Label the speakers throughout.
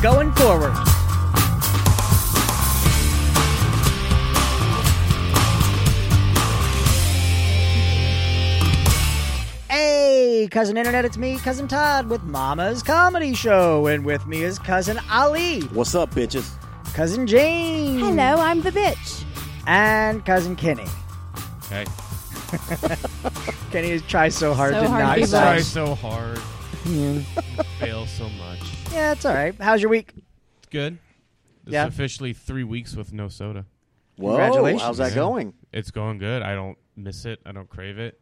Speaker 1: going forward. Hey, cousin internet, it's me, cousin Todd, with Mama's Comedy Show, and with me is cousin Ali,
Speaker 2: What's up, bitches?
Speaker 1: cousin Jane,
Speaker 3: Hello, I'm the bitch.
Speaker 1: and cousin Kenny.
Speaker 4: Hey.
Speaker 1: Kenny tries so hard
Speaker 3: So
Speaker 1: to
Speaker 3: hard
Speaker 1: not
Speaker 3: to be
Speaker 1: sound-
Speaker 4: Try
Speaker 3: Nice.
Speaker 4: so hard. Fail so much.
Speaker 1: Yeah, it's all right. How's your week?
Speaker 4: It's good. It's
Speaker 1: Yeah.
Speaker 4: officially three weeks with no soda.
Speaker 2: Whoa,
Speaker 1: Congratulations.
Speaker 2: how's that
Speaker 4: Yeah.
Speaker 2: going?
Speaker 4: It's going good. I don't miss it. I don't crave it.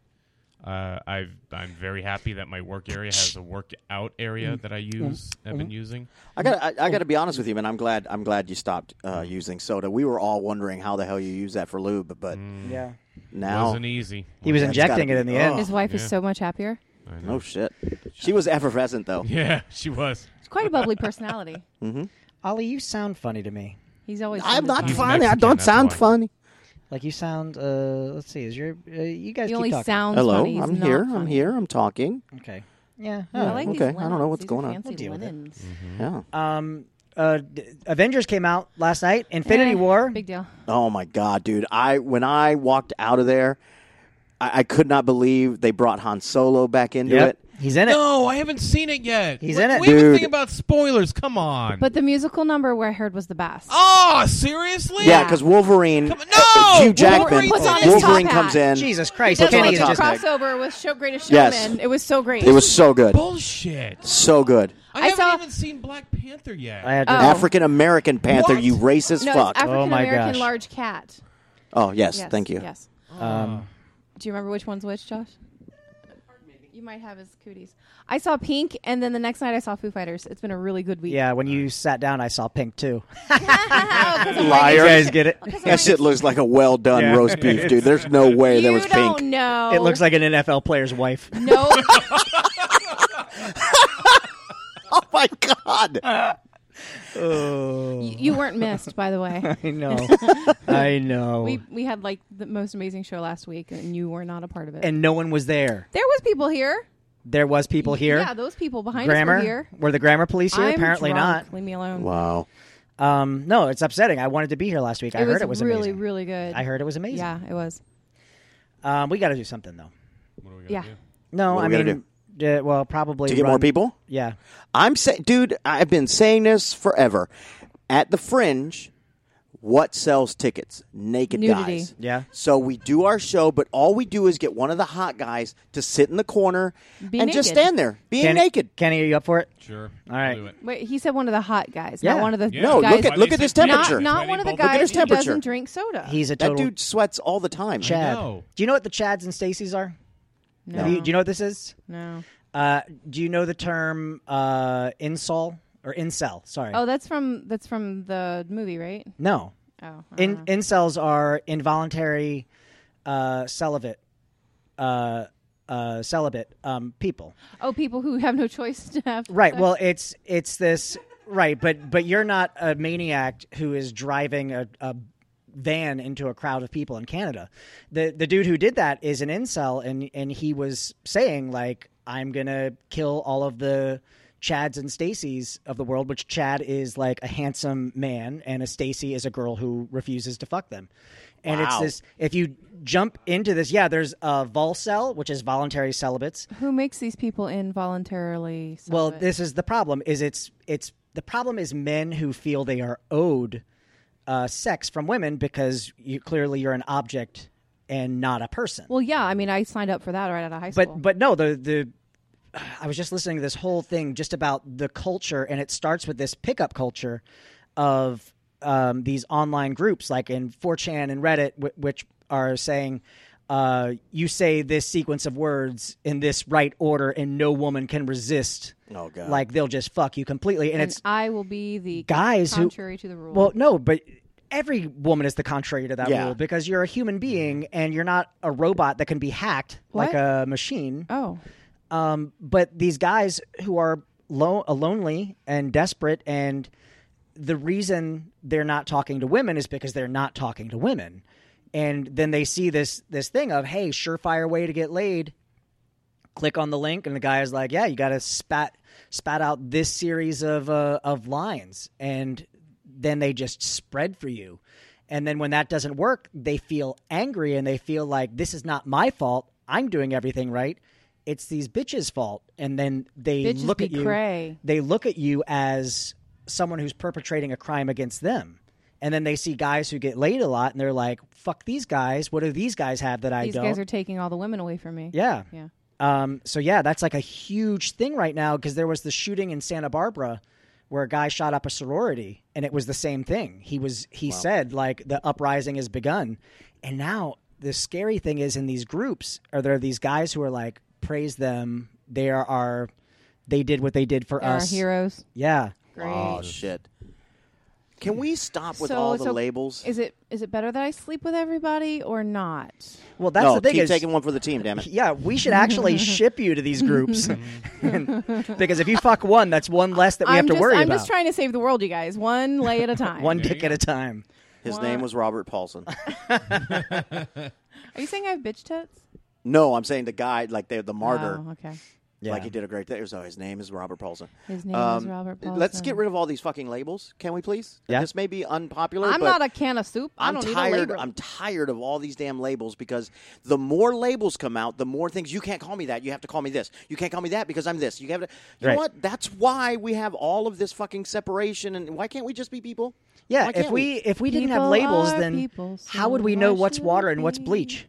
Speaker 4: Uh, I've, I'm very happy that my work area has a workout area
Speaker 1: Mm.
Speaker 4: that I use. I've
Speaker 1: Mm-hmm.
Speaker 4: been using.
Speaker 2: I got I, I got to be honest with you, man. I'm glad I'm glad you stopped uh, using soda. We were all wondering how the hell you use that for lube, but
Speaker 1: Yeah.
Speaker 2: now,
Speaker 4: Wasn't easy.
Speaker 1: He was
Speaker 2: That's
Speaker 1: injecting
Speaker 2: gotta
Speaker 1: it in
Speaker 2: be-
Speaker 1: the
Speaker 2: Oh.
Speaker 1: end.
Speaker 3: His wife is
Speaker 4: Yeah.
Speaker 3: so much happier.
Speaker 4: I know.
Speaker 2: oh shit, she was effervescent though.
Speaker 4: Yeah, she was.
Speaker 3: She's quite a bubbly personality.
Speaker 1: Ollie, you sound funny to me.
Speaker 3: He's always.
Speaker 2: I'm not
Speaker 4: He's
Speaker 2: funny. I
Speaker 4: Mexican,
Speaker 2: don't
Speaker 4: that's
Speaker 2: sound
Speaker 4: why.
Speaker 2: funny.
Speaker 1: Like you sound. Uh, let's see. Is your uh, you guys
Speaker 3: He
Speaker 1: keep
Speaker 3: only
Speaker 1: talking.
Speaker 3: sounds
Speaker 2: Hello,
Speaker 3: funny. He's
Speaker 2: I'm
Speaker 3: not
Speaker 2: here. I'm
Speaker 3: funny.
Speaker 2: here. I'm talking.
Speaker 1: Okay. Yeah.
Speaker 3: I
Speaker 1: all
Speaker 3: like
Speaker 1: right.
Speaker 3: these
Speaker 2: Okay, I don't know
Speaker 3: linens.
Speaker 2: what's
Speaker 3: These are
Speaker 2: going on.
Speaker 3: Fancy
Speaker 1: We'll deal with it.
Speaker 3: linens.
Speaker 1: Mm-hmm.
Speaker 2: Yeah.
Speaker 1: Um. Uh, d- Avengers came out last night. Infinity
Speaker 3: Eh,
Speaker 1: War.
Speaker 3: Big deal.
Speaker 2: Oh my god, dude! I when I walked out of there, I, I could not believe they brought Han Solo back into
Speaker 1: Yep.
Speaker 2: it.
Speaker 1: He's in it.
Speaker 4: No, I haven't seen it yet.
Speaker 1: He's
Speaker 4: What-
Speaker 1: in it.
Speaker 4: We even
Speaker 2: Dude.
Speaker 4: think about spoilers. Come on.
Speaker 3: But the musical number where I heard was the best.
Speaker 4: oh, seriously?
Speaker 2: Yeah, because Wolverine,
Speaker 4: Come on- no!
Speaker 2: Hugh Jackman,
Speaker 3: Wolverine puts on his
Speaker 2: Wolverine
Speaker 3: top
Speaker 2: comes
Speaker 3: hat.
Speaker 2: in.
Speaker 1: Jesus Christ.
Speaker 3: That's
Speaker 2: Kenny
Speaker 3: why
Speaker 1: Kenny
Speaker 2: is
Speaker 3: it's a
Speaker 2: just-
Speaker 3: crossover with Show Greatest Showman.
Speaker 2: Yes.
Speaker 3: It was so great.
Speaker 2: It was so good,
Speaker 4: Bullshit.
Speaker 2: so good.
Speaker 4: I,
Speaker 3: I
Speaker 4: haven't
Speaker 3: saw-
Speaker 4: even seen Black Panther yet.
Speaker 1: I had to.
Speaker 3: Oh.
Speaker 2: African American Panther,
Speaker 4: What?
Speaker 2: you racist
Speaker 3: no,
Speaker 2: fuck.
Speaker 3: it's African American
Speaker 1: Oh gosh.
Speaker 3: large cat.
Speaker 2: oh yes,
Speaker 3: Yes,
Speaker 2: thank you.
Speaker 3: Yes.
Speaker 1: Um,
Speaker 3: Do you remember which one's which, Josh? You might have his cooties. I saw Pink, and then the next night I saw Foo Fighters. It's been a really good week. Oh,
Speaker 1: yeah. When you sat down, I saw pink too.
Speaker 2: Liar.
Speaker 1: You guys get it?
Speaker 2: That shit looks like a well done
Speaker 1: Yeah.
Speaker 2: roast beef, dude. There's no way
Speaker 3: you
Speaker 2: there was
Speaker 3: don't
Speaker 2: pink.
Speaker 3: know.
Speaker 1: It looks like an NFL player's wife.
Speaker 3: no.
Speaker 2: Oh my god!
Speaker 1: oh,
Speaker 3: you, you weren't missed, by the way.
Speaker 1: I know. I know.
Speaker 3: We we had like the most amazing show last week, and you were not a part of it.
Speaker 1: and no one was there.
Speaker 3: there was people here.
Speaker 1: There was people here.
Speaker 3: Yeah, those people behind
Speaker 1: grammar.
Speaker 3: us were here.
Speaker 1: Were the grammar police here?
Speaker 3: I'm
Speaker 1: Apparently
Speaker 3: drunk. Leave me alone.
Speaker 2: Wow.
Speaker 1: not. Um, no, it's upsetting. I wanted to be here last week. I
Speaker 3: It
Speaker 1: heard
Speaker 3: was
Speaker 1: it was
Speaker 3: really
Speaker 1: amazing.
Speaker 3: really good.
Speaker 1: I heard it was amazing.
Speaker 3: Yeah, it was.
Speaker 1: Um, we got to do something though.
Speaker 4: What are we gonna
Speaker 3: Yeah.
Speaker 4: do?
Speaker 1: No,
Speaker 2: What
Speaker 1: I
Speaker 2: we gotta
Speaker 1: mean, uh, well, probably
Speaker 2: To get
Speaker 1: run-
Speaker 2: more people,
Speaker 1: Yeah,
Speaker 2: I'm saying, dude. I've been saying this forever. At the fringe, what sells tickets? Naked
Speaker 3: Nudity.
Speaker 2: guys.
Speaker 1: Yeah.
Speaker 2: So we do our show, but all we do is get one of the hot guys to sit in the corner
Speaker 3: Be
Speaker 2: and just
Speaker 3: naked.
Speaker 2: stand there, being
Speaker 1: Kenny,
Speaker 2: naked.
Speaker 1: Kenny, are you up for it?
Speaker 4: Sure.
Speaker 1: All right.
Speaker 4: I'll do it.
Speaker 3: Wait, he said one of the hot guys,
Speaker 1: Yeah.
Speaker 3: not one of the
Speaker 4: Yeah.
Speaker 2: No,
Speaker 3: guys.
Speaker 2: look at look at this
Speaker 4: Not-
Speaker 2: temperature.
Speaker 3: Not, not one of the
Speaker 4: Look at
Speaker 3: guys
Speaker 2: his
Speaker 3: who
Speaker 2: temperature.
Speaker 3: doesn't drink soda.
Speaker 1: He's a
Speaker 2: that
Speaker 1: total
Speaker 2: dude sweats all the time.
Speaker 1: Chad.
Speaker 4: know.
Speaker 1: Do you know what the Chads and Stacys are?
Speaker 3: no,
Speaker 1: Do, you, do you know what this is?
Speaker 3: no.
Speaker 1: Uh, do you know the term uh, insol or incel? Sorry.
Speaker 3: Oh, that's from that's from the movie, right?
Speaker 1: no.
Speaker 3: Oh, I
Speaker 1: In,
Speaker 3: don't know.
Speaker 1: incels are involuntary uh, celibate. Uh, uh, celibate um, people,
Speaker 3: oh, people who have no choice to have
Speaker 1: right?
Speaker 3: sex.
Speaker 1: Well, it's it's this, right? But but you're not a maniac who is driving a, a van into a crowd of people in Canada. The the dude who did that is an incel, and and he was saying like, I'm gonna kill all of the Chads and Stacys of the world, which Chad is like a handsome man, and a Stacy is a girl who refuses to fuck them. And it's
Speaker 2: Wow.
Speaker 1: this if you jump into this, yeah, there's a volcel, which is voluntary celibates.
Speaker 3: who makes these people involuntarily?
Speaker 1: Well,
Speaker 3: celibate?
Speaker 1: this is the problem. Is it's it's the problem is men who feel they are owed uh, sex from women because you clearly you're an object and not a person.
Speaker 3: Well, yeah. I mean, I signed up for that right out of high school.
Speaker 1: but but no, the the I was just listening to this whole thing just about the culture, and it starts with this pickup culture of um, these online groups like in 4chan and Reddit, w- which are saying. Uh, you say this sequence of words in this right order, and no woman can resist.
Speaker 2: Oh, God.
Speaker 1: Like they'll just fuck you completely, and,
Speaker 3: and
Speaker 1: it's
Speaker 3: I will be the
Speaker 1: guys who-
Speaker 3: contrary to the rule.
Speaker 1: well, no, but every woman is the contrary to that
Speaker 2: Yeah.
Speaker 1: rule because you're a human being and you're not a robot that can be hacked like
Speaker 3: What?
Speaker 1: a machine.
Speaker 3: oh,
Speaker 1: Um, but these guys who are lo- uh, lonely and desperate, and the reason they're not talking to women is because they're not talking to women. And then they see this this thing of, hey, surefire way to get laid, click on the link and the guy is like yeah you got to spat spat out this series of uh, of lines and then they just spread for you and then when that doesn't work they feel angry and they feel like this is not my fault i'm doing everything right it's these bitches fault and then they
Speaker 3: Bitches
Speaker 1: look
Speaker 3: be
Speaker 1: at you
Speaker 3: cray.
Speaker 1: they look at you as someone who's perpetrating a crime against them and then they see guys who get laid a lot and they're like fuck these guys what do these guys have that i
Speaker 3: These
Speaker 1: don't
Speaker 3: guys are taking all the women away from me.
Speaker 1: yeah
Speaker 3: Yeah.
Speaker 1: um, so yeah, that's like a huge thing right now because there was the shooting in Santa Barbara where a guy shot up a sorority and it was the same thing. He was he said like the uprising has begun. And now the scary thing is in these groups are there these guys who are like praise them. They are our they did what they did for
Speaker 3: They're Our
Speaker 1: us.
Speaker 3: heroes.
Speaker 1: Yeah.
Speaker 3: Great.
Speaker 2: Oh shit! Can we stop with
Speaker 3: So-
Speaker 2: all the
Speaker 3: so
Speaker 2: labels?
Speaker 3: Is it is it better that I sleep with everybody or not?
Speaker 1: Well, that's
Speaker 2: no,
Speaker 1: the thing
Speaker 2: keep
Speaker 1: is
Speaker 2: taking one for the team. Damn it!
Speaker 1: yeah, we should actually ship you to these groups because if you fuck one, that's one less that we
Speaker 3: I'm
Speaker 1: have to
Speaker 3: just,
Speaker 1: worry
Speaker 3: I'm
Speaker 1: about.
Speaker 3: just trying to save the world, you guys, one lay at a time.
Speaker 1: one
Speaker 4: There you
Speaker 1: dick at a time.
Speaker 2: His name was Robert Paulson.
Speaker 3: Are you saying I have bitch tits?
Speaker 2: no, I'm saying the guy, like the the martyr,
Speaker 3: Oh, okay.
Speaker 1: Yeah.
Speaker 2: like he did a great thing. So his name is Robert Paulson. Um,
Speaker 3: His name is Robert
Speaker 2: Let's
Speaker 3: Paulson.
Speaker 2: get rid of all these fucking labels, can we please?
Speaker 1: Yeah.
Speaker 2: This may be unpopular.
Speaker 3: I'm
Speaker 2: but
Speaker 3: not a can of soup. I
Speaker 2: I'm
Speaker 3: don't need a
Speaker 2: tired.
Speaker 3: label.
Speaker 2: I'm tired of all these damn labels because the more labels come out, the more things you can't call me that. You have to call me this. You can't call me that because I'm this. You have to. You
Speaker 1: Right.
Speaker 2: know what? That's why we have all of this fucking separation. And why can't we just be people?
Speaker 1: Yeah,
Speaker 2: Why
Speaker 1: if
Speaker 2: can't
Speaker 1: we if we didn't have
Speaker 3: People
Speaker 1: labels,
Speaker 3: are
Speaker 1: then
Speaker 3: people, so
Speaker 1: how would we
Speaker 3: why
Speaker 1: know what's
Speaker 3: should
Speaker 1: water and what's
Speaker 3: we?
Speaker 1: bleach?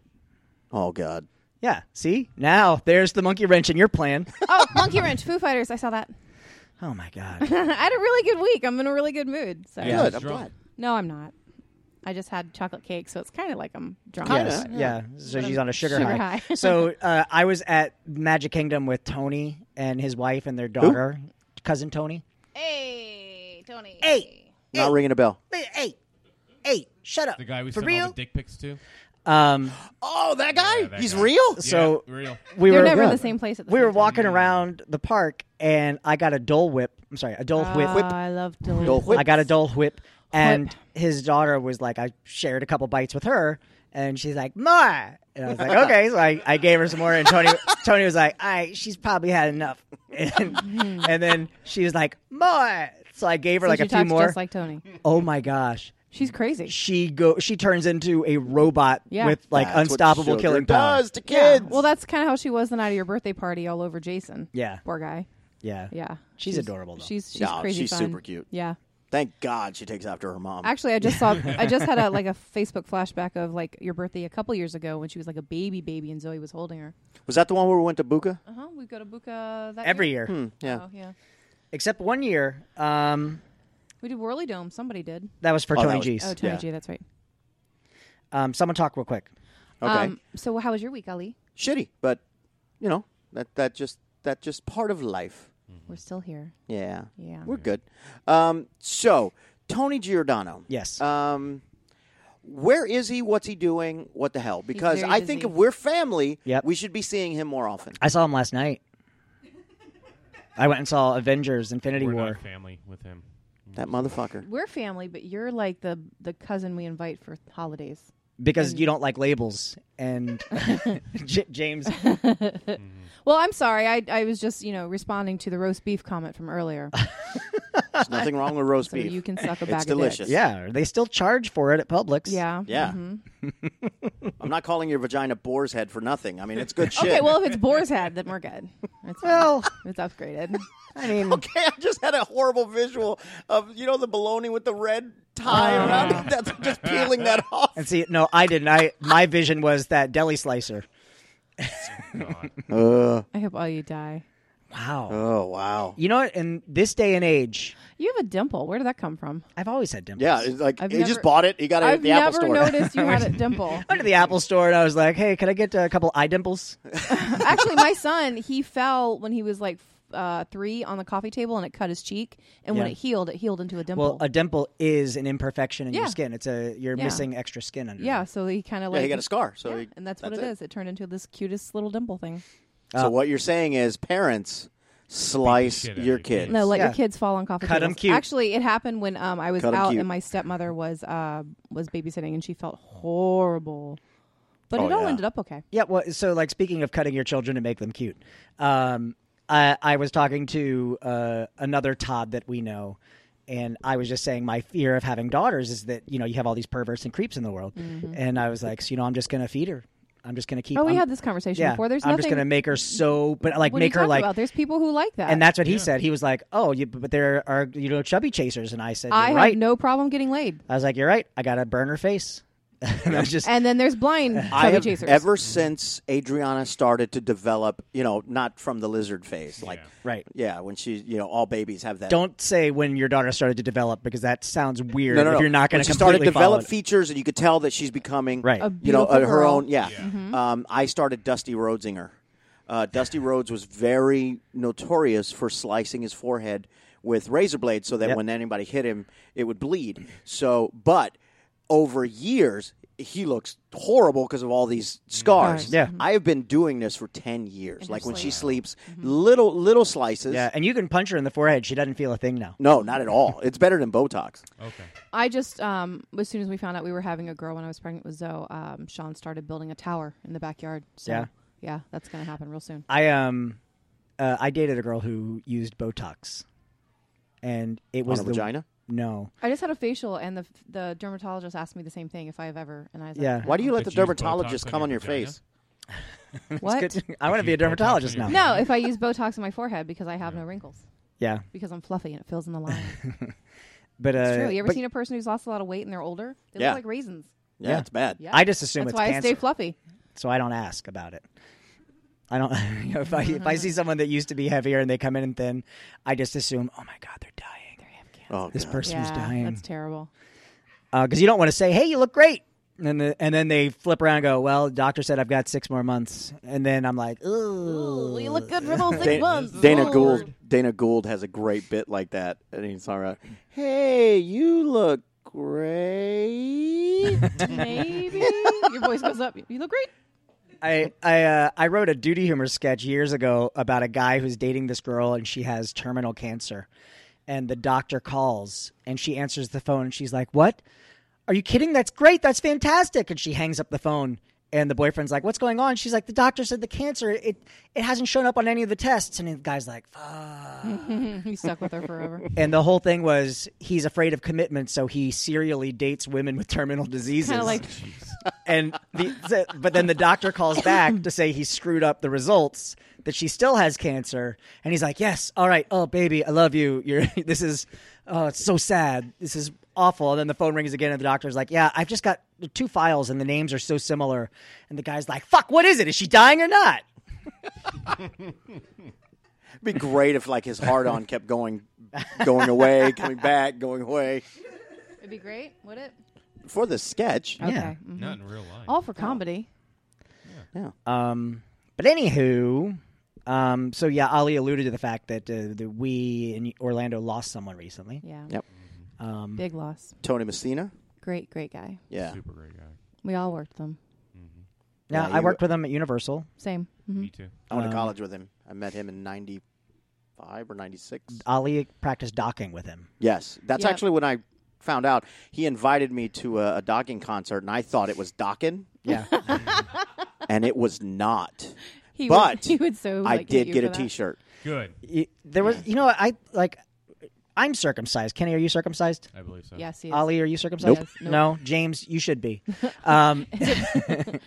Speaker 2: Oh God.
Speaker 1: Yeah, see now there's the monkey wrench in your plan.
Speaker 3: oh, Monkey Wrench, Foo Fighters. I saw that.
Speaker 1: oh my god!
Speaker 3: I had a really good week. I'm in a really good mood. So
Speaker 4: Yeah.
Speaker 2: Good. I'm
Speaker 4: Drunk.
Speaker 2: glad.
Speaker 3: no, I'm not. I just had chocolate cake, so it's kind of like I'm drunk.
Speaker 1: yes,
Speaker 3: but-
Speaker 1: yeah. So she's on a sugar,
Speaker 3: Sugar
Speaker 1: high.
Speaker 3: high.
Speaker 1: so uh, I was at Magic Kingdom with Tony and his wife and their daughter, cousin Tony.
Speaker 3: Hey, Tony.
Speaker 1: Hey.
Speaker 2: Not ringing a bell.
Speaker 1: Hey, hey, shut up!
Speaker 4: The guy we sent all the dick pics to.
Speaker 1: um,
Speaker 2: Oh, that guy.
Speaker 4: Yeah, that
Speaker 2: He's
Speaker 4: guy.
Speaker 2: real.
Speaker 4: Yeah,
Speaker 1: So-
Speaker 4: real.
Speaker 1: we
Speaker 3: They're
Speaker 1: were
Speaker 3: never in
Speaker 2: yeah.
Speaker 3: the same place at the
Speaker 1: we
Speaker 3: same
Speaker 1: were walking
Speaker 4: Mm.
Speaker 1: around the park, and I got a Dole Whip. I'm sorry, a Dole
Speaker 3: time.
Speaker 1: Whip.
Speaker 3: Ah, I love
Speaker 2: Dole
Speaker 3: Dole.
Speaker 2: Whip.
Speaker 1: I got a Dole Whip, and his daughter was like, I shared a couple bites with her, and she's like, more. And I was like, okay. So I, I gave her some more, and Tony Tony was like, all right, she's probably had enough. And, and then she was like, more. So I gave her
Speaker 3: Hmm. So
Speaker 1: like
Speaker 3: she
Speaker 1: a few
Speaker 3: talks
Speaker 1: more.
Speaker 3: just like Tony.
Speaker 1: oh my gosh.
Speaker 3: She's crazy.
Speaker 1: She go. She turns into a robot
Speaker 3: Yeah.
Speaker 1: with like
Speaker 2: That's what
Speaker 1: unstoppable
Speaker 2: sugar
Speaker 1: killing power.
Speaker 2: does to kids.
Speaker 3: Well, that's kind of how she was the night of your birthday party, all over Jason.
Speaker 1: Yeah.
Speaker 3: Poor guy.
Speaker 1: Yeah,
Speaker 3: Yeah.
Speaker 1: She's adorable, though.
Speaker 3: She's she's
Speaker 2: No,
Speaker 3: crazy.
Speaker 2: she's
Speaker 3: fun.
Speaker 2: super cute.
Speaker 3: Yeah.
Speaker 2: Thank God she takes after her mom.
Speaker 3: Actually, I just saw. I just had a like a Facebook flashback of like your birthday a couple years ago when she was like a baby baby and Zoe was holding her.
Speaker 2: Was that the one where we went to Buka?
Speaker 3: Uh huh. We go to Buka that
Speaker 1: every year
Speaker 2: Yeah.
Speaker 3: Oh yeah.
Speaker 1: except one year. Um,
Speaker 3: We did Whirly Dome. Somebody did.
Speaker 1: that was for
Speaker 2: Oh, that
Speaker 1: Tony
Speaker 2: was-
Speaker 1: G's.
Speaker 3: Oh, Tony
Speaker 2: Yeah.
Speaker 3: G. That's right. Oh,
Speaker 1: Um, someone talk real quick.
Speaker 2: Okay.
Speaker 3: Um, so how was your week, Ali?
Speaker 2: Shitty, but you know that that just that just part of life.
Speaker 3: We're still here.
Speaker 2: Yeah.
Speaker 3: Yeah.
Speaker 2: We're good. Um, so Tony Giordano.
Speaker 1: Yes.
Speaker 2: Um, where is he? What's he doing? What the hell? Because
Speaker 3: very
Speaker 2: I think if
Speaker 3: busy.
Speaker 2: we're family,
Speaker 1: Yep.
Speaker 2: we should be seeing him more often.
Speaker 1: I saw him last night. I went and saw Avengers: Infinity
Speaker 4: We're
Speaker 1: War.
Speaker 4: not family with him.
Speaker 2: That motherfucker.
Speaker 3: We're family, but you're like the the cousin we invite for holidays.
Speaker 1: because you don't like labels and J- James.
Speaker 3: Well, I'm sorry. I I was just you know responding to the roast beef comment from earlier.
Speaker 2: There's nothing wrong with roast
Speaker 3: So
Speaker 2: beef.
Speaker 3: you can suck a bag
Speaker 2: it's
Speaker 3: of
Speaker 2: delicious.
Speaker 3: dicks.
Speaker 1: Yeah, they still charge for it at Publix.
Speaker 3: Yeah.
Speaker 2: Yeah. I'm not calling your vagina boar's head for nothing. I mean, it's good shit.
Speaker 3: Mm-hmm. Okay. Well, if it's boar's head, then we're good. It's fine.
Speaker 1: Well,
Speaker 3: it's upgraded.
Speaker 1: I mean,
Speaker 2: Okay, I just had a horrible visual of you know the bologna with the red tie
Speaker 3: Ah.
Speaker 2: around it. That's just peeling that off.
Speaker 1: and see, no, I didn't. I my vision was that deli slicer.
Speaker 4: God.
Speaker 3: I hope all you die.
Speaker 4: Uh,
Speaker 1: Wow.
Speaker 2: Oh wow.
Speaker 1: You know what? In this day and age,
Speaker 3: You have a dimple. Where did that come from?
Speaker 1: I've always had dimples.
Speaker 2: Yeah, it's like
Speaker 3: I've
Speaker 2: he just
Speaker 3: never-
Speaker 2: bought it. He got it
Speaker 3: I've
Speaker 2: at the Apple
Speaker 3: never
Speaker 2: Store.
Speaker 3: noticed you had a dimple.
Speaker 1: I went to the Apple store and I was like, "Hey, can I get a couple eye dimples?"
Speaker 3: Actually, my son he fell when he was like f- uh, three on the coffee table, and it cut his cheek. And when
Speaker 1: Yeah.
Speaker 3: it healed, it healed into a dimple.
Speaker 1: Well, a dimple is an imperfection in your
Speaker 3: Yeah.
Speaker 1: skin. It's a you're
Speaker 3: Yeah.
Speaker 1: missing extra skin under.
Speaker 3: yeah,
Speaker 1: there.
Speaker 3: so he kind of
Speaker 2: yeah,
Speaker 3: like
Speaker 2: he got a scar. So,
Speaker 3: Yeah,
Speaker 2: he-
Speaker 3: and that's, what
Speaker 2: that's
Speaker 3: it is. It turned into this cutest little dimple thing.
Speaker 2: So what you're saying is, parents slice
Speaker 4: shit out of
Speaker 2: your
Speaker 4: your kids.
Speaker 2: kids.
Speaker 3: No, let
Speaker 1: Yeah.
Speaker 3: your kids fall on coffee
Speaker 1: Cut 'em
Speaker 3: tables.
Speaker 1: cute.
Speaker 3: Actually, it happened when um, I was
Speaker 2: Cut 'em
Speaker 3: out
Speaker 2: cute.
Speaker 3: and my stepmother was uh, was babysitting, and she felt horrible But
Speaker 2: Oh,
Speaker 3: it all
Speaker 2: yeah.
Speaker 3: ended up okay.
Speaker 1: Yeah, well, so like speaking of cutting your children to make them cute, um, I, I was talking to uh, another Todd that we know, and I was just saying my fear of having daughters is that you know you have all these perverts and creeps in the world, and I was like, so, you know, I'm just gonna feed her, I'm just gonna keep.
Speaker 3: Mm-hmm. Oh, we
Speaker 1: I'm-
Speaker 3: had this conversation
Speaker 1: yeah,
Speaker 3: before. There's
Speaker 1: I'm
Speaker 3: nothing.
Speaker 1: just gonna make her so, but like
Speaker 3: what are you
Speaker 1: make her
Speaker 3: talking
Speaker 1: like,
Speaker 3: about? There's people who like that.
Speaker 1: and that's what he said. He was like, oh, you, but there are you know chubby chasers, and I said,
Speaker 3: I
Speaker 1: "You're
Speaker 3: have
Speaker 1: right.
Speaker 3: no problem getting laid.
Speaker 1: I was like, you're right. I gotta burn her face. and I was just
Speaker 3: And then there's blind chubby
Speaker 2: I have
Speaker 3: chasers. Mm-hmm.
Speaker 2: ever since Adriana started to develop, you know, not from the lizard phase, like
Speaker 1: right.
Speaker 2: yeah, when she, you know, all babies have that.
Speaker 1: Don't say when your daughter started to develop because that sounds weird.
Speaker 2: no, no, no.
Speaker 1: If you're not going
Speaker 2: When
Speaker 1: to
Speaker 2: she started to develop
Speaker 1: it.
Speaker 2: features, and you could tell that she's becoming
Speaker 1: Right. A
Speaker 2: you know,
Speaker 3: beautiful
Speaker 2: uh, her
Speaker 3: girl. Mm-hmm.
Speaker 2: own. Yeah. Um, I started Dusty Rhodesinger. Uh, Dusty Rhodes was very notorious for slicing his forehead with razor blades, so that
Speaker 1: Yep.
Speaker 2: when anybody hit him, it would bleed. So, but over years, he looks horrible because of all these scars.
Speaker 3: Scars.
Speaker 1: Yeah.
Speaker 2: I have been doing this for ten years. like when she
Speaker 3: sleep.
Speaker 2: sleeps,
Speaker 3: Mm-hmm.
Speaker 2: little little slices.
Speaker 1: yeah, and you can punch her in the forehead; she doesn't feel a thing now.
Speaker 2: No, not at all. It's better than Botox.
Speaker 4: Okay.
Speaker 3: I just, um, as soon as we found out we were having a girl when I was pregnant with Zoe, um, Sean started building a tower in the backyard. So,
Speaker 1: Yeah.
Speaker 3: yeah, that's going to happen real soon.
Speaker 1: I um, uh, I dated a girl who used Botox, and it was
Speaker 2: a
Speaker 1: the
Speaker 2: vagina?
Speaker 1: No,
Speaker 3: I just had a facial, and the the dermatologist asked me the same thing if I have ever, and I was
Speaker 1: Yeah.
Speaker 3: like,
Speaker 2: Why do you let
Speaker 4: Could
Speaker 2: the
Speaker 4: you use
Speaker 2: dermatologist
Speaker 4: Botox on
Speaker 2: come
Speaker 4: your
Speaker 2: on your
Speaker 4: vagina?
Speaker 2: face?
Speaker 3: what?
Speaker 1: It's good. I want to
Speaker 4: If
Speaker 1: be a
Speaker 4: you Botox
Speaker 1: dermatologist now.
Speaker 4: on your-
Speaker 3: No, if I use Botox in my forehead because I have no wrinkles
Speaker 1: Yeah,
Speaker 3: because I'm fluffy and it fills in the line.
Speaker 1: but uh,
Speaker 3: It's true. You ever
Speaker 1: but
Speaker 3: seen a person who's lost a lot of weight and they're older? They
Speaker 2: Yeah.
Speaker 3: look like raisins.
Speaker 2: Yeah,
Speaker 1: Yeah.
Speaker 2: it's bad.
Speaker 3: Yeah.
Speaker 1: I just assume
Speaker 3: That's
Speaker 1: it's
Speaker 3: why
Speaker 1: cancer,
Speaker 3: I stay fluffy.
Speaker 1: so I don't ask about it. I don't. you know, if I
Speaker 3: Mm-hmm.
Speaker 1: if I see someone that used to be heavier and they come in and thin, I just assume, oh my god, they're dying.
Speaker 2: Oh,
Speaker 1: This
Speaker 2: God.
Speaker 1: person is dying.
Speaker 3: that's terrible.
Speaker 1: because Uh, you don't want to say, "Hey, you look great," and then the, and then they flip around and go, "Well, doctor said I've got six more months," and then I'm like, "Ooh,
Speaker 3: you look good for about six
Speaker 2: Dana,
Speaker 3: months.
Speaker 2: Dana
Speaker 3: Lord.
Speaker 2: Gould. Dana Gould has a great bit like that, and he's all right. Hey, you look great.
Speaker 3: Maybe your voice goes up. You look great.
Speaker 1: I I uh, I wrote a duty humor sketch years ago about a guy who's dating this girl and she has terminal cancer, and the doctor calls and she answers the phone and she's like, "What? Are you kidding? That's great. That's fantastic." And she hangs up the phone. And the boyfriend's like, "What's going on?" She's like, "The doctor said the cancer it it hasn't shown up on any of the tests." And the guy's like, "Fuck."
Speaker 3: He's stuck with her forever.
Speaker 1: And the whole thing was he's afraid of commitment, so he serially dates women with terminal diseases.
Speaker 3: Kind of like
Speaker 1: and the, the- but then the doctor calls back to say he screwed up the results, that she still has cancer, and he's like, "Yes, all right, oh baby, I love you. You're this is, oh, it's so sad. This is awful." And then the phone rings again, and the doctor's like, "Yeah, I've just got two files, and the names are so similar." And the guy's like, "Fuck, what is it? Is she dying or not?"
Speaker 2: It'd be great if like his hard on kept going, going away, coming back, going away.
Speaker 3: it'd be great, would it?
Speaker 2: For the sketch,
Speaker 1: Yeah.
Speaker 3: Okay. Mhm.
Speaker 4: Not in real life.
Speaker 3: All
Speaker 2: Oh.
Speaker 3: for comedy.
Speaker 2: yeah.
Speaker 1: Um, but anywho, um, so yeah, Ali alluded to the fact that uh, that we in Orlando lost someone recently.
Speaker 3: Yeah.
Speaker 2: Yep.
Speaker 1: Um,
Speaker 3: Big loss.
Speaker 2: Tony Messina.
Speaker 3: Great, great guy.
Speaker 2: Yeah,
Speaker 4: Super great guy.
Speaker 3: We all worked them.
Speaker 1: now
Speaker 2: Yeah,
Speaker 1: I
Speaker 2: you-
Speaker 1: worked with him at Universal.
Speaker 3: Same. Mm-hmm.
Speaker 4: Me too.
Speaker 2: I went
Speaker 1: Um,
Speaker 2: to college with him. I met him in '95 or '96.
Speaker 1: Ali practiced docking with him.
Speaker 2: Yes, that's
Speaker 3: Yep.
Speaker 2: actually when I found out. He invited me to a, a docking concert, and I thought it was docking,
Speaker 1: Yeah,
Speaker 2: and it was not.
Speaker 3: He
Speaker 2: But
Speaker 3: would, he would so.
Speaker 2: I
Speaker 3: like, hate
Speaker 2: did
Speaker 3: you
Speaker 2: get
Speaker 3: for
Speaker 2: a
Speaker 3: that.
Speaker 2: T-shirt.
Speaker 4: Good.
Speaker 1: Y- there was. You know, I like. I'm circumcised. Kenny, are you circumcised?
Speaker 4: I believe so.
Speaker 3: Yes, he is.
Speaker 1: Ali, are you circumcised?
Speaker 3: Nope. Yes.
Speaker 1: No, James, you should be. Um,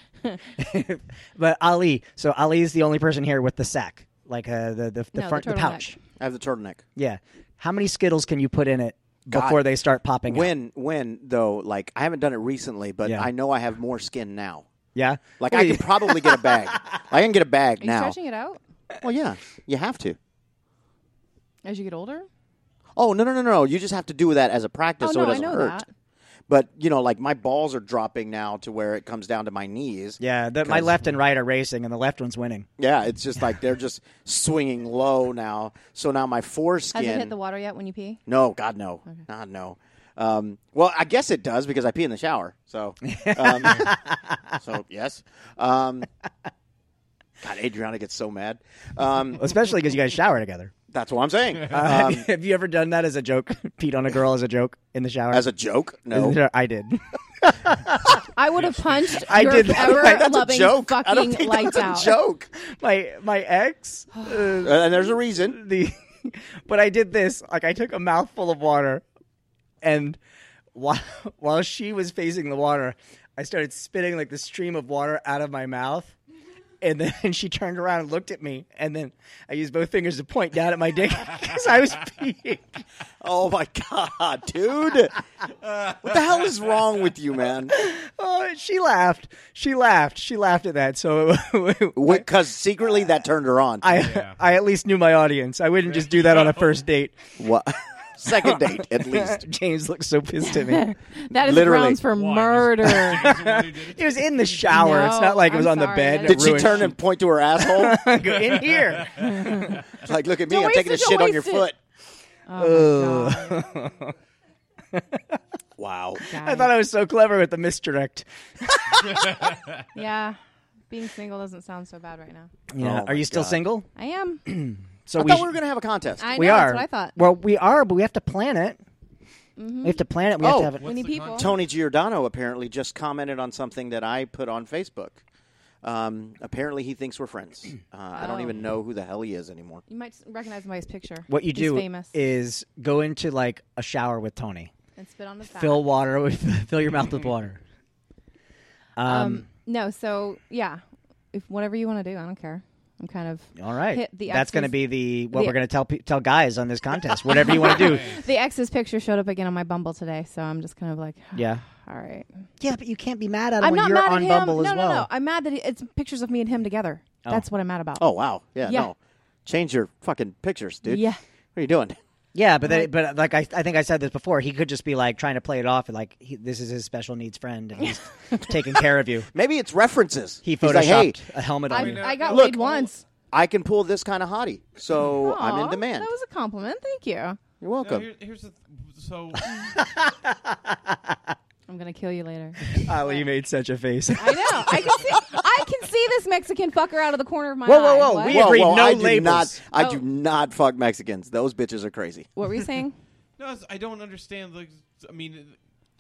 Speaker 1: but Ali, so Ali is the only person here with the sack, like uh, the the, the
Speaker 3: No, the
Speaker 1: front the
Speaker 3: turtleneck.
Speaker 1: pouch.
Speaker 2: I have the turtleneck.
Speaker 1: Yeah. How many Skittles can you put in it
Speaker 2: God.
Speaker 1: before they start popping? out?
Speaker 2: When when though, like I haven't done it recently, but
Speaker 1: Yeah.
Speaker 2: I know I have more skin now.
Speaker 1: Yeah.
Speaker 2: Like I could probably get a bag. I can get a bag
Speaker 3: Are you
Speaker 2: now.
Speaker 3: stretching it out
Speaker 2: Well, yeah, you have to.
Speaker 3: as you get older?
Speaker 2: Oh no no no no! You just have to do that as a practice,
Speaker 3: oh
Speaker 2: so
Speaker 3: no,
Speaker 2: it doesn't
Speaker 3: I know
Speaker 2: hurt.
Speaker 3: that.
Speaker 2: But you know, like my balls are dropping now to where it comes down to my knees.
Speaker 1: Yeah, the, my
Speaker 2: 'Cause-
Speaker 1: left and right are racing, and the left one's winning.
Speaker 2: Yeah, it's just like they're just swinging low now. So now my
Speaker 3: Has
Speaker 2: foreskin.
Speaker 3: it hit the water yet when you pee?
Speaker 2: No, God, no, God, no. Um, well, I guess it does because I pee in the shower. So, um, so yes. Um, God, Adriana gets so mad. Um,
Speaker 1: Especially because you guys shower together.
Speaker 2: that's what I'm saying.
Speaker 1: Have
Speaker 2: Um,
Speaker 1: you- have you ever done that as a joke? Pete on a girl as a joke in the shower?
Speaker 2: as a joke, no.
Speaker 1: I did.
Speaker 3: I I would have punched
Speaker 1: I
Speaker 3: your
Speaker 1: did that.
Speaker 3: ever
Speaker 1: That's a
Speaker 3: loving
Speaker 2: joke. I don't
Speaker 3: fucking
Speaker 2: think
Speaker 3: lights
Speaker 2: that's a
Speaker 3: out.
Speaker 2: joke.
Speaker 1: my my ex uh,
Speaker 2: And there's a reason.
Speaker 1: the but I did this like I took a mouthful of water and while while she was facing the water I started spitting like the stream of water out of my mouth and then she turned around and looked at me and then I used both fingers to point down at my dick cuz I was peeing
Speaker 2: Oh my god, dude! What the hell is wrong with you, man?
Speaker 1: oh she laughed she laughed she laughed at that so
Speaker 2: Because secretly that turned her on.
Speaker 1: I
Speaker 4: Yeah.
Speaker 1: I at least knew my audience I wouldn't just do that on a first date
Speaker 2: What? Second date, at least.
Speaker 1: James looked so pissed at me
Speaker 3: That is
Speaker 2: Literally.
Speaker 3: grounds for
Speaker 4: Why?
Speaker 3: murder.
Speaker 4: He's the one who did
Speaker 1: It was in the shower. it's not like it was
Speaker 3: I'm
Speaker 1: on the
Speaker 3: sorry.
Speaker 1: bed.
Speaker 3: That
Speaker 1: It
Speaker 2: Did she
Speaker 1: ruined-
Speaker 2: turn and point to her asshole?
Speaker 1: Go in here.
Speaker 2: Like, look at me,
Speaker 3: Don't
Speaker 2: I'm
Speaker 3: waste
Speaker 2: taking a
Speaker 3: it, don't
Speaker 2: shit on your
Speaker 3: waste
Speaker 2: foot.
Speaker 3: it. Oh, my God.
Speaker 2: Wow.
Speaker 1: I thought I was so clever with the misdirect.
Speaker 3: yeah, being single doesn't sound so bad right now.
Speaker 1: Yeah.
Speaker 2: Oh
Speaker 1: are you
Speaker 2: my
Speaker 1: still
Speaker 2: God.
Speaker 1: single?
Speaker 3: I am.
Speaker 1: So
Speaker 2: I
Speaker 1: we
Speaker 2: thought we
Speaker 1: sh-
Speaker 2: were going to have a contest.
Speaker 3: I know,
Speaker 1: we
Speaker 3: that's
Speaker 1: are.
Speaker 3: what I thought. Mm-hmm.
Speaker 1: Well, we are, but we have to plan it. We have to plan it. We
Speaker 2: Oh.
Speaker 1: have to have
Speaker 3: We
Speaker 1: it.
Speaker 4: What's
Speaker 3: need
Speaker 4: the
Speaker 3: people.
Speaker 4: context?
Speaker 2: Tony Giordano apparently just commented on something that I put on Facebook. Um, apparently, he thinks we're friends. Uh, I don't
Speaker 3: Oh.
Speaker 2: even know who the hell he is anymore.
Speaker 3: You might s- recognize him by his picture.
Speaker 1: What you
Speaker 3: He's
Speaker 1: do
Speaker 3: famous.
Speaker 1: is go into like a shower with Tony.
Speaker 3: and spit on the back.
Speaker 1: Fill water with fill your mouth with water. Um,
Speaker 3: Mm-hmm. Um, no, so yeah, if whatever you want to do, I don't care. I'm kind of
Speaker 1: all right.
Speaker 3: hit the
Speaker 1: That's going to
Speaker 3: axis-
Speaker 1: be the what
Speaker 3: the-
Speaker 1: we're going to tell pe- tell guys on this contest. Whatever you want to do.
Speaker 3: the ex's picture showed up again on my Bumble today, so I'm just kind of like,
Speaker 1: Yeah.
Speaker 3: all right.
Speaker 1: Yeah, but you can't be mad at him
Speaker 3: I'm
Speaker 1: when
Speaker 3: not
Speaker 1: you're
Speaker 3: mad
Speaker 1: on
Speaker 3: at him.
Speaker 1: Bumble
Speaker 3: no,
Speaker 1: as
Speaker 3: no,
Speaker 1: well.
Speaker 3: no. I'm mad that it- it's pictures of me and him together. That's what I'm mad about.
Speaker 2: Oh, wow. Yeah,
Speaker 3: Yeah.
Speaker 2: no. Change your fucking pictures, dude.
Speaker 3: Yeah.
Speaker 2: What are you doing?
Speaker 1: Yeah, but that, but like I, I think I said this before. He could just be like trying to play it off, and like he, this is his special needs friend, and he's taking care of you.
Speaker 2: Maybe it's references.
Speaker 1: He
Speaker 2: He's
Speaker 1: photoshopped
Speaker 2: like, hey,
Speaker 1: a helmet
Speaker 3: I,
Speaker 1: on. you.
Speaker 3: I got
Speaker 2: Look-
Speaker 3: laid once.
Speaker 2: I can pull this kind of hottie, so I'm in
Speaker 3: Aw,
Speaker 2: demand.
Speaker 3: That was a compliment. Thank you.
Speaker 2: You're
Speaker 4: No,
Speaker 2: welcome.
Speaker 4: here- here's the th- so
Speaker 3: I'm gonna kill you later.
Speaker 1: Oh, you made such a face.
Speaker 3: I know. I can see. I can see this Mexican fucker out of the corner of my
Speaker 1: Whoa,
Speaker 3: eye.
Speaker 1: whoa, whoa.
Speaker 3: What?
Speaker 1: We- agreed no
Speaker 2: I Do
Speaker 1: labels.
Speaker 2: not, I
Speaker 3: Oh.
Speaker 2: do not fuck Mexicans. Those bitches are crazy.
Speaker 3: what were you saying?
Speaker 4: no, it's- I don't understand. The, I mean,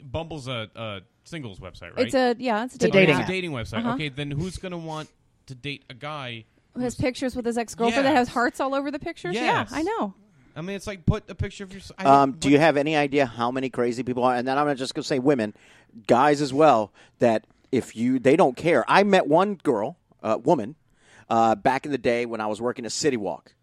Speaker 4: Bumble's a, a singles website, right? Oh,
Speaker 3: It's a yeah. It's a
Speaker 1: a
Speaker 3: dating.
Speaker 1: dating
Speaker 3: app.
Speaker 4: It's a dating website.
Speaker 3: Uh-huh.
Speaker 4: Okay, then who's gonna want to date a guy?
Speaker 3: Who has pictures with his ex girlfriend that
Speaker 4: Yes.
Speaker 3: has hearts all over the pictures?
Speaker 4: Yes.
Speaker 3: Yeah, I know.
Speaker 4: I mean, it's like put a picture of yourself.
Speaker 2: Um, do you have any idea how many crazy people are? And then I'm gonna just going to say women, guys as well. That if you they don't care. I met one girl, uh, woman, uh, back in the day when I was working at City Walk.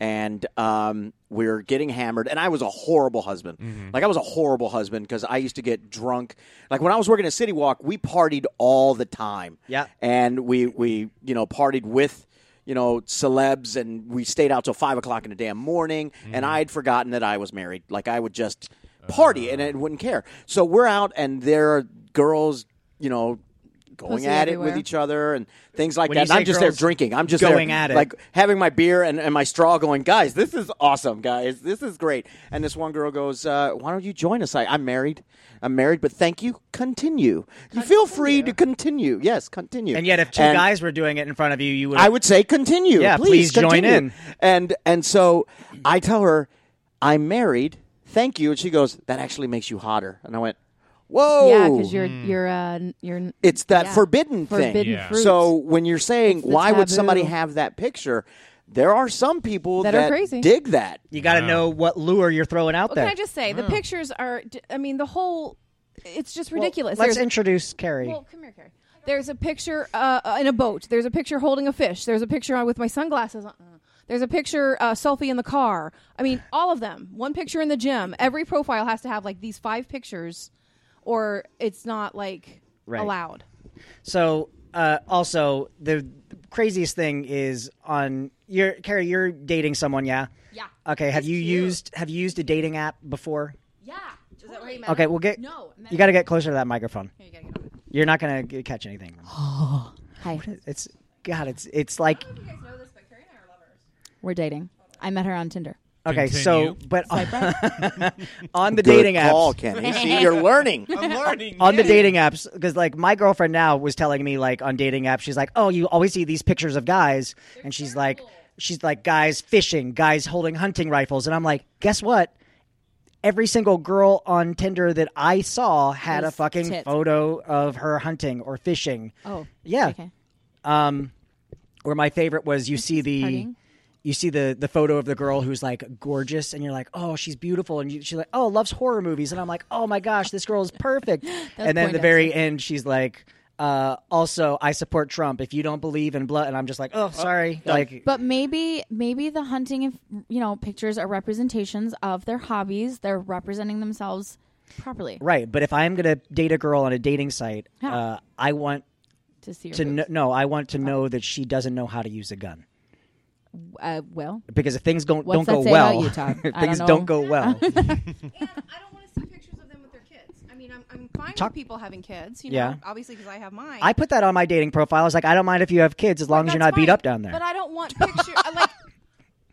Speaker 2: And um, we were getting hammered, and I was a horrible husband. Like I was a horrible husband because I used to get drunk. Like when I was working at City Walk, we partied all the time.
Speaker 1: Yeah.
Speaker 2: and we we you know partied with you know celebs and we stayed out till five o'clock in the damn morning and
Speaker 1: Mm-hmm.
Speaker 2: i'd forgotten that i was married like i would just party and i wouldn't care so we're out and there are girls you know going
Speaker 3: Pussy
Speaker 2: at it
Speaker 3: everywhere.
Speaker 2: with each other and things like
Speaker 1: When
Speaker 2: that
Speaker 1: you
Speaker 2: and i'm
Speaker 1: say
Speaker 2: just there
Speaker 1: girls
Speaker 2: drinking i'm just
Speaker 1: going
Speaker 2: there,
Speaker 1: at it.
Speaker 2: like having my beer and, and my straw going guys this is awesome guys this is great and this one girl goes uh, why don't you join us I, i'm married i'm married but thank you continue you feel free to continue yes continue
Speaker 1: and yet, if two
Speaker 2: And-
Speaker 1: guys were doing it in front of you, you would.
Speaker 2: I would say continue.
Speaker 1: Yeah,
Speaker 2: please,
Speaker 1: please join
Speaker 2: continue.
Speaker 1: in.
Speaker 2: And and so I tell her I'm married. Thank you. And she goes, that actually makes you hotter. And I went, whoa.
Speaker 3: Yeah,
Speaker 1: Oh.
Speaker 3: because you're you're uh, n- you're n-
Speaker 2: it's that
Speaker 3: yeah.
Speaker 2: forbidden, thing.
Speaker 3: Forbidden
Speaker 4: Yeah.
Speaker 3: fruit.
Speaker 2: So when you're saying
Speaker 3: It's the
Speaker 2: why would somebody
Speaker 3: taboo.
Speaker 2: have that picture, there are some people
Speaker 3: That
Speaker 2: that,
Speaker 3: are crazy.
Speaker 2: dig that.
Speaker 1: you got to know what lure you're throwing out
Speaker 3: Well,
Speaker 1: there.
Speaker 3: can I just say the pictures are? d- I mean, the whole. It's just ridiculous.
Speaker 1: Let's
Speaker 3: There's-
Speaker 1: introduce Carrie.
Speaker 3: well, come here, Carrie. There's a picture uh, uh, in a boat. There's a picture holding a fish. There's a picture on- with my sunglasses on. Uh, There's a picture uh, selfie in the car. I mean, all of them. One picture in the gym. Every profile has to have like these five pictures, or it's not like
Speaker 1: Right.
Speaker 3: allowed.
Speaker 1: So uh, also the craziest thing is on your Carrie, you're dating someone, yeah?
Speaker 3: Yeah.
Speaker 1: Okay, have
Speaker 3: He's
Speaker 1: you
Speaker 3: cute.
Speaker 1: used have you used a dating app before?
Speaker 3: Yeah. Is that
Speaker 5: where you
Speaker 1: Okay, we'll get
Speaker 3: No, I meant-
Speaker 1: you got to get closer to that microphone.
Speaker 3: You gotta get on it.
Speaker 1: You're not going to catch anything.
Speaker 5: Hi.
Speaker 1: It's God, it's it's like
Speaker 3: You guys know this, but Carrie and I are lovers.
Speaker 5: We're dating. I met her on Tinder.
Speaker 1: okay, so
Speaker 4: Continue.
Speaker 1: but on, on the
Speaker 2: Good
Speaker 1: dating
Speaker 2: call,
Speaker 1: apps,
Speaker 2: Kenny. See, you're learning.
Speaker 4: I'm learning
Speaker 1: on the
Speaker 4: yeah.
Speaker 1: dating apps, because like my girlfriend now was telling me like on dating apps, she's like, oh, you always see these pictures of guys, and she's like, she's like guys fishing, guys holding hunting rifles, and I'm like, guess what? every single girl on Tinder that I saw had a
Speaker 3: Was
Speaker 1: fucking
Speaker 3: tits.
Speaker 1: photo of her hunting or fishing.
Speaker 3: Oh,
Speaker 1: Yeah.
Speaker 3: Okay.
Speaker 1: Um, or my favorite was you see the
Speaker 3: partying.
Speaker 1: you see the the photo of the girl who's like gorgeous, and you're like, oh, she's beautiful, and you, she's like, oh, loves horror movies, and I'm like, oh my gosh, this girl is perfect. and then the
Speaker 3: Poindexter.
Speaker 1: very end, she's like. Uh, also, I support Trump. If you don't believe in blood, and I'm just like, oh, sorry. like,
Speaker 3: But maybe maybe the hunting and you know pictures are representations of their hobbies. They're representing themselves properly
Speaker 1: right. But if I'm gonna date a girl on a dating site,
Speaker 3: Yeah.
Speaker 1: uh, I want
Speaker 3: to see. Your
Speaker 1: to
Speaker 3: boobs.
Speaker 1: kn- no, I want to know that she doesn't know how to use a gun.
Speaker 3: uh, well,
Speaker 1: Because if things don't don't
Speaker 3: What's that
Speaker 1: go
Speaker 3: say
Speaker 1: well,
Speaker 3: about you, Todd?
Speaker 1: if
Speaker 3: I
Speaker 1: things
Speaker 3: don't
Speaker 1: don't
Speaker 3: know.
Speaker 1: go well.
Speaker 5: And I don't want to see pictures of them with their kids. I mean, I'm, I'm fine
Speaker 1: Talk-
Speaker 5: with people having kids, you know,
Speaker 1: Yeah.
Speaker 5: obviously because I have mine.
Speaker 1: I put that on my dating profile. I was like, I don't mind if you have kids as long as you're not
Speaker 5: That's
Speaker 1: beat
Speaker 5: fine,
Speaker 1: up down there.
Speaker 5: But I don't want picture I like.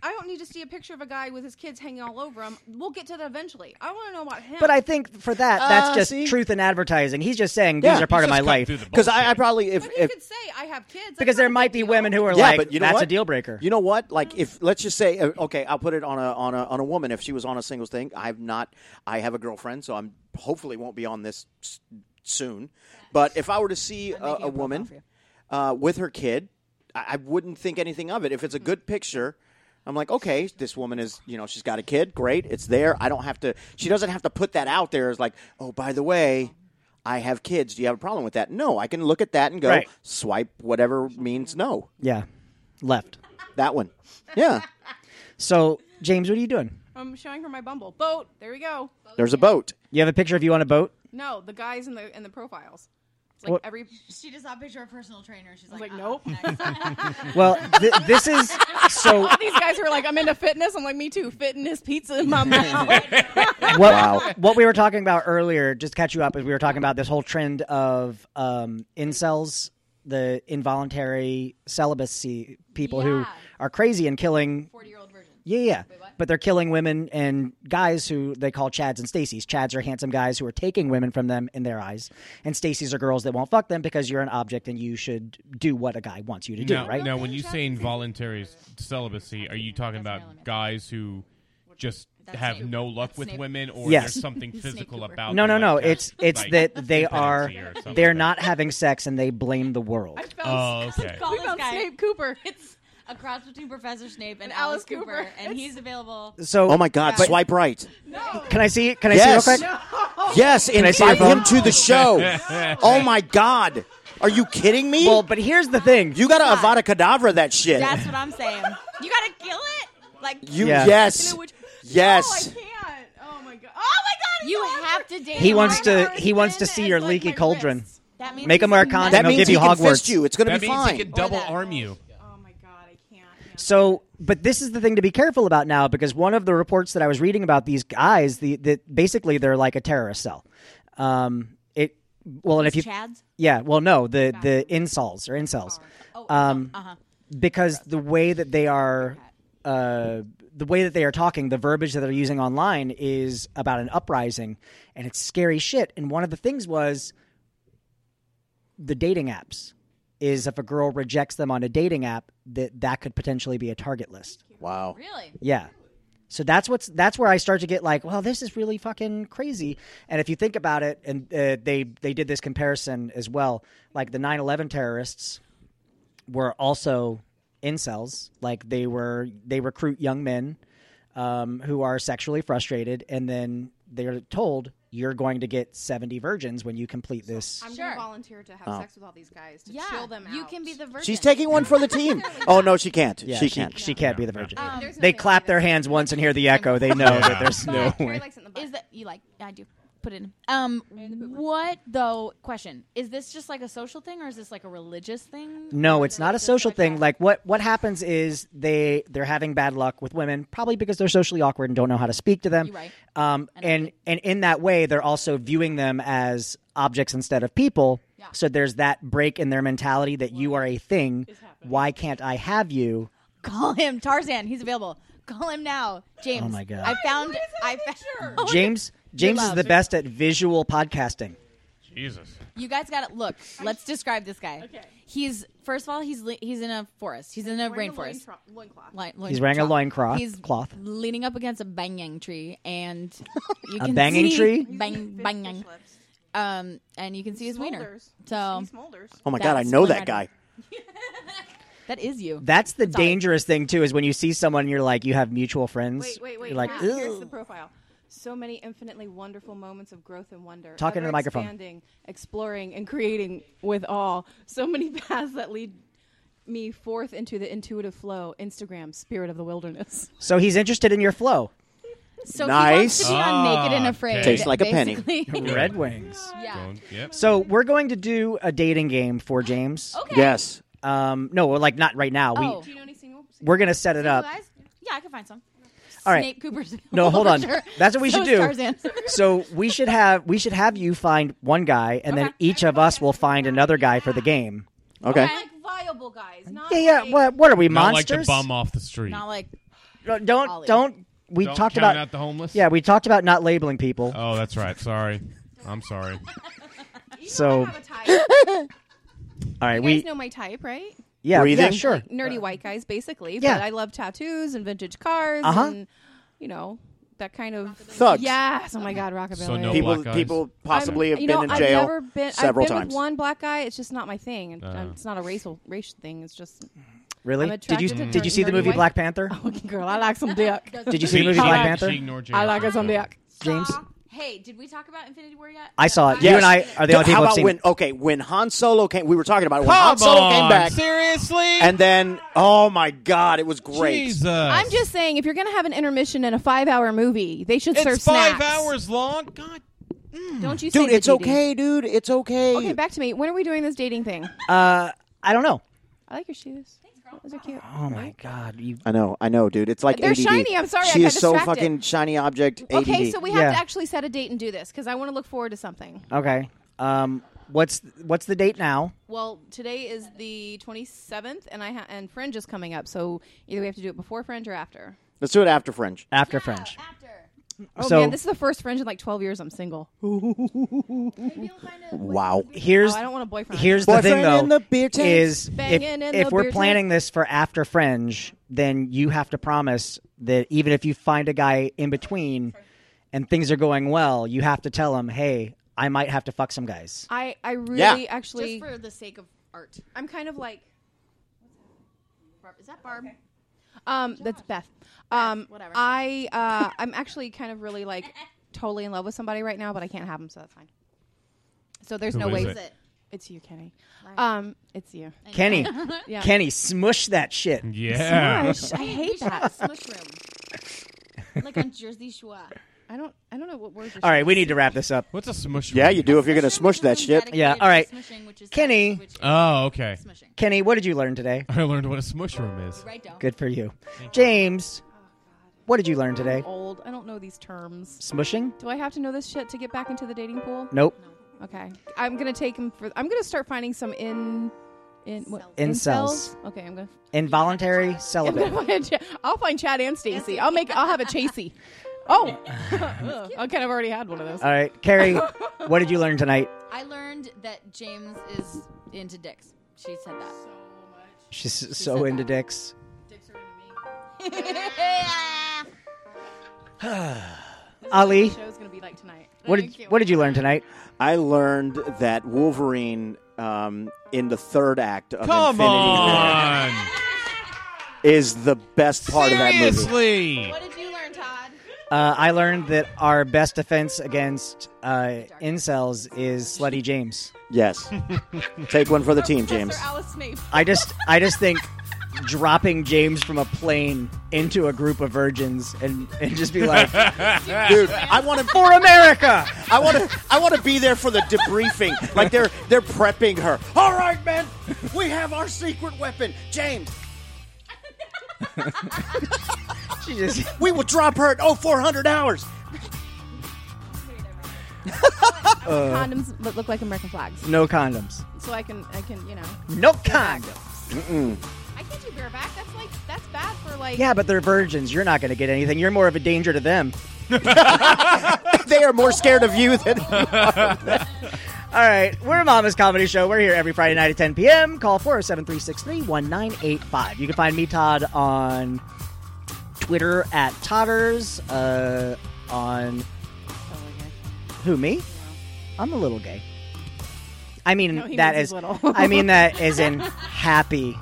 Speaker 5: I don't need to see a picture of a guy with his kids hanging all over him. We'll get to that eventually. I want to know about him.
Speaker 1: But I think for that, that's
Speaker 2: Uh,
Speaker 1: just
Speaker 2: see?
Speaker 1: truth in advertising. He's just saying these
Speaker 2: Yeah.
Speaker 1: are part of
Speaker 4: He's
Speaker 1: my
Speaker 4: just cut
Speaker 1: life
Speaker 4: through the
Speaker 2: Because I, I
Speaker 4: bullshit.
Speaker 2: probably if,
Speaker 5: But you
Speaker 2: if
Speaker 5: could say I have kids
Speaker 1: because
Speaker 5: That's
Speaker 1: there
Speaker 5: not a
Speaker 1: might
Speaker 5: big
Speaker 1: be
Speaker 5: deal.
Speaker 1: women who are
Speaker 2: yeah,
Speaker 1: like,
Speaker 2: but you know
Speaker 1: that's
Speaker 2: what?
Speaker 1: a deal breaker.
Speaker 2: You know what? Like if let's just say uh, okay, I'll put it on a on a on a woman if she was on a singles thing. I've not. I have a girlfriend, so I'm hopefully won't be on this s- soon. But if I were to see a, a woman uh, with her kid, I, I wouldn't think anything of it. If it's a good picture. I'm like, okay, this woman is, you know, she's got a kid. Great, it's there. I don't have to. She doesn't have to put that out there as like, oh, by the way, I have kids. Do you have a problem with that? No, I can look at that and go
Speaker 1: Right.
Speaker 2: swipe whatever means no.
Speaker 1: yeah, left.
Speaker 2: That one. Yeah.
Speaker 1: So James, what are you doing?
Speaker 5: I'm showing her my Bumble boat. There we go.
Speaker 2: There's a boat.
Speaker 1: You have a picture of you on a boat.
Speaker 5: No, the guys in the in the profiles. It's like
Speaker 1: What-
Speaker 5: every.
Speaker 3: she just saw a picture of personal trainer. She's
Speaker 5: I was like, "Ah." nope.
Speaker 1: Well, th- this is so.
Speaker 5: All these guys who are like, I'm into fitness. I'm like, me too. Fitness, pizza in my mouth.
Speaker 1: What, what we were talking about earlier, just to catch you up, is we were talking about this whole trend of um, incels, the involuntary celibacy people who
Speaker 3: Yeah.
Speaker 1: are crazy and killing
Speaker 3: forty year old version.
Speaker 1: Yeah, yeah. but they're killing women and guys who they call Chads and Stacies. Chads are handsome guys who are taking women from them in their eyes, and Stacies are girls that won't fuck them because you're an object and you should do what a guy wants you to do,
Speaker 4: Now,
Speaker 1: right?
Speaker 4: now, when you say involuntary celibacy, are you talking about guys who just have
Speaker 3: Snape.
Speaker 4: no luck
Speaker 3: That's
Speaker 4: with
Speaker 3: Snape.
Speaker 4: women, or
Speaker 1: Yes.
Speaker 4: there's something physical
Speaker 3: Cooper.
Speaker 4: about?
Speaker 1: No, no,
Speaker 4: them,
Speaker 1: no.
Speaker 4: like,
Speaker 1: It's
Speaker 4: like,
Speaker 1: it's that they are
Speaker 4: dependency or something?
Speaker 1: they're not having sex and they blame the world.
Speaker 5: I
Speaker 4: Oh,
Speaker 5: found,
Speaker 4: okay.
Speaker 5: we found Snape Cooper.
Speaker 3: It's a cross between Professor Snape and,
Speaker 5: Alice Cooper.
Speaker 3: and he's available.
Speaker 1: So,
Speaker 2: Oh my God! Swipe right.
Speaker 5: No.
Speaker 1: Can I see? Can I
Speaker 2: Yes.
Speaker 1: see real quick?
Speaker 2: Yes.
Speaker 1: see your
Speaker 2: Invite
Speaker 1: phone?
Speaker 2: him to the show. oh my God! Are you kidding me?
Speaker 1: Well, but here's the thing.
Speaker 2: you got to Avada Kedavra that shit.
Speaker 3: That's what I'm saying. You gotta kill it. Like
Speaker 2: you
Speaker 1: Yeah.
Speaker 2: yes,
Speaker 5: No, which-
Speaker 2: yes.
Speaker 5: No, I can't. Oh my god. Oh my god.
Speaker 3: you
Speaker 5: it's
Speaker 3: have to date.
Speaker 1: He
Speaker 3: him
Speaker 1: wants
Speaker 3: right
Speaker 1: to-
Speaker 3: now.
Speaker 1: he wants to
Speaker 5: It's
Speaker 1: see your
Speaker 5: like
Speaker 1: leaky
Speaker 5: my
Speaker 1: cauldron.
Speaker 5: wrist.
Speaker 3: That means
Speaker 1: Make him
Speaker 3: he's
Speaker 1: wear
Speaker 3: a
Speaker 1: a condom.
Speaker 2: that
Speaker 1: He'll
Speaker 3: nut.
Speaker 2: means
Speaker 1: give
Speaker 2: he
Speaker 1: you
Speaker 2: can
Speaker 1: Hogwarts.
Speaker 2: fist you. It's going to
Speaker 4: That
Speaker 2: be
Speaker 4: means
Speaker 2: fine.
Speaker 4: he can double
Speaker 3: that.
Speaker 4: arm you.
Speaker 5: Oh my god, I can't. handle
Speaker 1: So, but this is the thing to be careful about now because one of the reports that I was reading about these guys, the that basically they're like a terrorist cell. Um, it well, and if you
Speaker 3: Chads.
Speaker 1: yeah, well, no, the the insoles or incels, um,
Speaker 3: Uh huh.
Speaker 1: because the way that they are. Uh, the way that they are talking, the verbiage that they're using online is about an uprising, and it's scary shit. And one of the things was the dating apps is if a girl rejects them on a dating app, that that could potentially be a target list.
Speaker 2: Wow.
Speaker 3: Really?
Speaker 1: Yeah. So that's what's that's where I start to get like, well, this is really fucking crazy. And if you think about it, and uh, they they did this comparison as well, like the 9/11 terrorists were also incels, like they were they recruit young men um, who are sexually frustrated, and then they're told you're going to get 70 virgins when you complete this.
Speaker 5: I'm
Speaker 3: Sure.
Speaker 5: gonna volunteer to have
Speaker 1: Oh.
Speaker 5: sex with all these guys to
Speaker 3: Yeah.
Speaker 5: chill them out.
Speaker 3: You can be the virgin.
Speaker 2: She's taking one for the team. Oh no, she can't.
Speaker 1: Yeah,
Speaker 2: she can't.
Speaker 1: She can't be the virgin.
Speaker 3: Um,
Speaker 5: There's
Speaker 1: they
Speaker 5: nothing
Speaker 1: clap
Speaker 5: like
Speaker 1: their
Speaker 5: this.
Speaker 1: hands once and hear the echo. They know that there's no
Speaker 5: Carrie
Speaker 1: way.
Speaker 5: likes it in the butt.
Speaker 3: Is that you like? I do. Put it in. Um, what though? Question: Is this just like a social thing, or is this like a religious thing?
Speaker 1: No, it's not a
Speaker 3: Just
Speaker 1: social
Speaker 3: like
Speaker 1: thing.
Speaker 3: that.
Speaker 1: Like what what happens is they they're having bad luck with women, probably because they're socially awkward and don't know how to speak to them.
Speaker 3: You're right.
Speaker 1: Um, and and in that way, they're also viewing them as objects instead of people.
Speaker 3: Yeah.
Speaker 1: So there's that break in their mentality that you are a thing. Why can't I have you?
Speaker 3: Call him Tarzan. He's available. Call him now, James.
Speaker 1: Oh my God.
Speaker 3: I found. I found.
Speaker 1: James James is
Speaker 3: love.
Speaker 1: the best at visual podcasting.
Speaker 4: Jesus.
Speaker 3: You guys got it. Look, let's describe this guy.
Speaker 5: Okay.
Speaker 3: He's first of all, he's le- he's in a forest. He's in a
Speaker 5: Wearing a loin
Speaker 3: rainforest.
Speaker 5: tro- loincloth.
Speaker 3: Li- loin
Speaker 1: He's wearing a
Speaker 3: cloth.
Speaker 1: loincloth.
Speaker 3: He's
Speaker 1: cloth.
Speaker 3: leaning up against a banyan tree, and you
Speaker 1: A
Speaker 3: can
Speaker 1: banging
Speaker 3: see
Speaker 1: tree?
Speaker 5: He's
Speaker 3: bang
Speaker 5: using fish
Speaker 3: banyan.
Speaker 5: lips.
Speaker 3: Um, and you can see his wiener.
Speaker 5: Smolders.
Speaker 3: So
Speaker 5: He smolders.
Speaker 2: Oh my god, I
Speaker 3: That's
Speaker 2: know
Speaker 3: one
Speaker 2: that
Speaker 3: I
Speaker 2: guy.
Speaker 3: don't- that is you.
Speaker 1: That's the
Speaker 3: all.
Speaker 1: dangerous thing too is when you see someone you're like you have mutual friends.
Speaker 5: Wait, wait, wait.
Speaker 1: You're like,
Speaker 5: here's, here's
Speaker 1: "Ew."
Speaker 5: the profile. So many infinitely wonderful moments of growth and wonder.
Speaker 1: Talk into the microphone.
Speaker 5: Expanding, exploring, and creating with all. So many paths that lead me forth into the intuitive flow. Instagram, spirit of the wilderness.
Speaker 1: so he's interested in your flow.
Speaker 3: so he
Speaker 2: Nice.
Speaker 3: wants to be on
Speaker 4: Ah,
Speaker 3: naked and
Speaker 4: okay.
Speaker 3: afraid.
Speaker 2: Tastes like a penny.
Speaker 3: basically.
Speaker 1: Red Wings.
Speaker 3: yeah.
Speaker 4: Going- yep.
Speaker 1: So we're going to do a dating game for James.
Speaker 3: Okay.
Speaker 2: Yes.
Speaker 1: Um, no, well, like not right now.
Speaker 3: Oh.
Speaker 1: We
Speaker 5: Do you know any single?
Speaker 1: we're gonna set it up.
Speaker 3: You guys? Yeah, I can find some.
Speaker 1: All right.
Speaker 3: Snape Cooper's.
Speaker 1: No, hold on.
Speaker 3: Sure.
Speaker 1: That's what we
Speaker 3: So
Speaker 1: should
Speaker 3: is
Speaker 1: do.
Speaker 3: Tarzan.
Speaker 1: So we should have we should have you find one guy, and then
Speaker 3: Okay.
Speaker 1: each of us will find another guy for the game.
Speaker 2: Okay.
Speaker 3: Okay.
Speaker 5: viable guys. Not
Speaker 1: Yeah, yeah. What what are we
Speaker 4: Not like the
Speaker 1: monsters?
Speaker 4: bum off the street.
Speaker 3: Not like
Speaker 1: No, don't
Speaker 3: Ollie.
Speaker 1: don't. We
Speaker 4: Don't
Speaker 1: talked
Speaker 4: count
Speaker 1: about
Speaker 4: out the homeless.
Speaker 1: yeah. We talked about not labeling people.
Speaker 4: Oh, that's right. Sorry. I'm sorry.
Speaker 1: so
Speaker 5: I have a type. You
Speaker 1: all right, we
Speaker 5: guys know my type, right?
Speaker 1: yeah yeah
Speaker 2: Breathing?
Speaker 1: sure.
Speaker 5: Nerdy
Speaker 2: Uh,
Speaker 5: white guys, basically.
Speaker 1: Yeah.
Speaker 5: But I love tattoos and vintage cars
Speaker 1: Uh-huh.
Speaker 5: and you know that kind of.
Speaker 2: Thugs.
Speaker 5: Yes. Oh my God, rockabilly.
Speaker 4: So no
Speaker 2: People
Speaker 4: Black eyes.
Speaker 2: people
Speaker 5: I'm-
Speaker 2: possibly have
Speaker 5: you
Speaker 2: been
Speaker 5: know,
Speaker 2: in
Speaker 5: I've
Speaker 2: jail
Speaker 5: never been,
Speaker 2: several
Speaker 5: I've been
Speaker 2: times.
Speaker 5: With one black guy, it's just not my thing, and
Speaker 4: Uh.
Speaker 5: um, it's not a racial racial thing. It's just
Speaker 1: Really?
Speaker 5: I'm
Speaker 1: Did you
Speaker 5: attracted to Oh,
Speaker 1: did you see the
Speaker 5: nerdy
Speaker 1: movie
Speaker 5: white-
Speaker 1: Black Panther?
Speaker 5: fucking girl. I like some dick.
Speaker 1: Did you see the movie
Speaker 4: She-
Speaker 1: Black
Speaker 4: she-
Speaker 1: Panther?
Speaker 4: she ignored
Speaker 5: I
Speaker 4: James
Speaker 5: like it some
Speaker 4: forever.
Speaker 5: dick.
Speaker 1: James?
Speaker 3: Saw- Hey, did we talk about Infinity War yet?
Speaker 1: I saw it.
Speaker 2: Yes.
Speaker 1: You and I are the only
Speaker 2: How
Speaker 1: people
Speaker 2: about
Speaker 1: who've seen.
Speaker 2: when? Okay, when Han Solo came, we were talking about it. When Han Solo came back,
Speaker 4: seriously?
Speaker 2: and then oh my god, it was great.
Speaker 4: Jesus.
Speaker 5: I'm just saying, if you're gonna have an intermission in a five-hour movie, they should
Speaker 4: It's
Speaker 5: serve
Speaker 4: five
Speaker 5: snacks.
Speaker 4: hours long. God.
Speaker 5: Don't you, say
Speaker 2: Dude,
Speaker 5: the
Speaker 2: it's
Speaker 5: DD.
Speaker 2: okay, dude. It's okay.
Speaker 5: Okay, back to me. When are we doing this dating thing?
Speaker 1: uh, I don't know.
Speaker 5: I like your shoes. Those are cute.
Speaker 1: Oh my god! You
Speaker 2: I know, I know, dude. It's like
Speaker 5: They're
Speaker 2: ADD.
Speaker 5: shiny. I'm sorry, I
Speaker 2: She
Speaker 5: got
Speaker 2: is so
Speaker 5: distracted.
Speaker 2: fucking shiny object. ADD.
Speaker 5: Okay, so we have
Speaker 1: Yeah.
Speaker 5: to actually set a date and do this because I want to look forward to something.
Speaker 1: okay? Um, what's what's the date now?
Speaker 5: Well, today is the 27th, and I ha- and Fringe is coming up, so either we have to do it before Fringe or after.
Speaker 2: let's do it after French.
Speaker 1: After French.
Speaker 3: After.
Speaker 5: Oh
Speaker 1: so
Speaker 5: man, this is the first Fringe in like 12 years. I'm single.
Speaker 2: Wow.
Speaker 1: here's
Speaker 5: Oh, I don't want a boyfriend.
Speaker 1: here's the
Speaker 2: Boyfriend
Speaker 1: thing though
Speaker 2: in the beer tent.
Speaker 1: is if,
Speaker 5: Banging in
Speaker 1: if
Speaker 5: the
Speaker 1: we're
Speaker 5: beer tent.
Speaker 1: planning this for after Fringe, then you have to promise that even if you find a guy in between and things are going well, you have to tell him, hey, I might have to fuck some guys.
Speaker 5: I I really
Speaker 2: Yeah.
Speaker 5: actually
Speaker 3: Just for the sake of art.
Speaker 5: I'm kind of like
Speaker 3: Barb- Is that Barb?
Speaker 5: um that's Beth. Um
Speaker 3: whatever.
Speaker 5: I uh I'm actually kind of really like totally in love with somebody right now, but I can't have them, so that's fine. So there's
Speaker 4: Who
Speaker 5: no
Speaker 4: is
Speaker 5: way
Speaker 4: it?
Speaker 3: Is it?
Speaker 5: it's you, Kenny. Um it's you.
Speaker 1: Kenny,
Speaker 5: Yeah.
Speaker 1: Kenny, smush that shit.
Speaker 4: Yeah.
Speaker 5: Gosh, I
Speaker 3: We
Speaker 5: hate
Speaker 3: should have
Speaker 5: that.
Speaker 3: a smush room. like on Jersey Shore.
Speaker 5: I don't I don't know what words you're
Speaker 1: All right, we need to wrap this up.
Speaker 4: What's a smush?
Speaker 2: Yeah,
Speaker 4: room?
Speaker 2: you do if you're gonna smush that shit.
Speaker 1: Yeah, all right.
Speaker 3: Smushing, which is
Speaker 1: Kenny.
Speaker 3: Which is
Speaker 4: Oh, okay.
Speaker 3: smushing.
Speaker 1: Kenny, what did you learn today?
Speaker 4: I learned what a smush room is.
Speaker 3: Right down.
Speaker 1: Good for you. James, what did you learn today?
Speaker 5: old. I don't know these terms.
Speaker 1: Smushing?
Speaker 5: Do I have to know this shit to get back into the dating pool?
Speaker 1: Nope.
Speaker 5: Okay. I'm gonna take him for I'm gonna start finding some in in what
Speaker 1: Incels.
Speaker 5: incels? Okay, I'm gonna
Speaker 1: Involuntary celibate.
Speaker 5: I'll find Ch- I'll find Chad and Stacy. I'll make. I'll have a Chasey. Oh, Ugh. okay. I've already had one of those.
Speaker 1: All right, Carrie, what did you learn tonight?
Speaker 3: I learned that James is into dicks. She said that.
Speaker 1: She's so
Speaker 3: said
Speaker 1: into dicks. Ali,
Speaker 5: The show's gonna be like tonight.
Speaker 1: what did, what did you learn tonight?
Speaker 2: I learned that Wolverine um, in the third act of
Speaker 4: Come
Speaker 2: Infinity War
Speaker 4: on.
Speaker 2: is the best part of that movie.
Speaker 4: Seriously.
Speaker 3: did you learn, Todd?
Speaker 1: Uh, I learned that our best defense against uh, incels is slutty James.
Speaker 2: Yes. Take one for the team, James.
Speaker 5: Professor Alice Snape.
Speaker 1: I just I just think dropping James from a plane into a group of virgins and, and just be like
Speaker 2: Dude, I want to
Speaker 1: for America.
Speaker 2: I want to I want to be there for the debriefing. Like they're they're prepping her. All right, man. We have our secret weapon, James.
Speaker 1: She just
Speaker 2: We will drop her at oh four hundred hours.
Speaker 1: Uh,
Speaker 5: Condoms that look like American flags,
Speaker 1: no condoms.
Speaker 5: so I can. I can. You know.
Speaker 1: No condoms.
Speaker 5: I can't do bareback. That's like. That's bad for like.
Speaker 1: Yeah, but they're virgins. You're not going to get anything. You're more of a danger to them.
Speaker 2: They are more scared of you than.
Speaker 1: All right, we're a Mama's Comedy Show. We're here every Friday night at 10 p.m. Call 407 363 1985. You can find me, Todd, on Twitter at Todders. Uh, on who, me? I'm a little gay. I mean,
Speaker 5: No, he
Speaker 1: that
Speaker 5: means
Speaker 1: is,
Speaker 5: he's little.
Speaker 1: I mean, that is in happy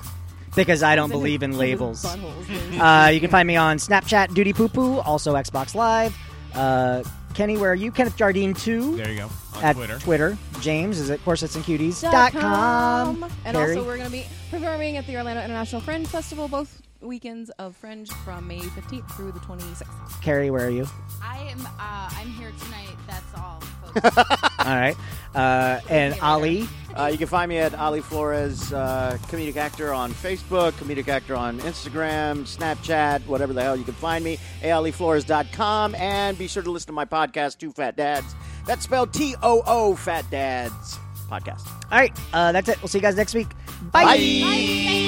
Speaker 1: because I don't believe in labels.
Speaker 5: Buttholes.
Speaker 1: Uh, you can find me on Snapchat, Duty Poo Poo, also Xbox Live. Uh, Kenny, where are you? Kenneth Jardine too
Speaker 4: There you go. On
Speaker 1: at
Speaker 4: Twitter.
Speaker 1: James is at
Speaker 5: Dot
Speaker 1: corsetsandcuties.com.
Speaker 5: com. And also, we're going to be performing at the Orlando International Fringe Festival both weekends of Fringe from May 15th through the 26th.
Speaker 1: Carrie, where are you?
Speaker 3: I am. Uh, I'm here tonight. That's all. folks.
Speaker 1: All right. Uh, and Ali,
Speaker 2: Uh, you can find me at Ali Flores, uh, comedic actor on Facebook, comedic actor on Instagram, Snapchat, whatever the hell you can find me, E aliflores.com, and be sure to listen to my podcast, Two Fat Dads. That's spelled T O O Fat Dads Podcast.
Speaker 1: All right. Uh, that's it. We'll see you guys next week.
Speaker 2: Bye.
Speaker 1: Bye.
Speaker 3: Bye.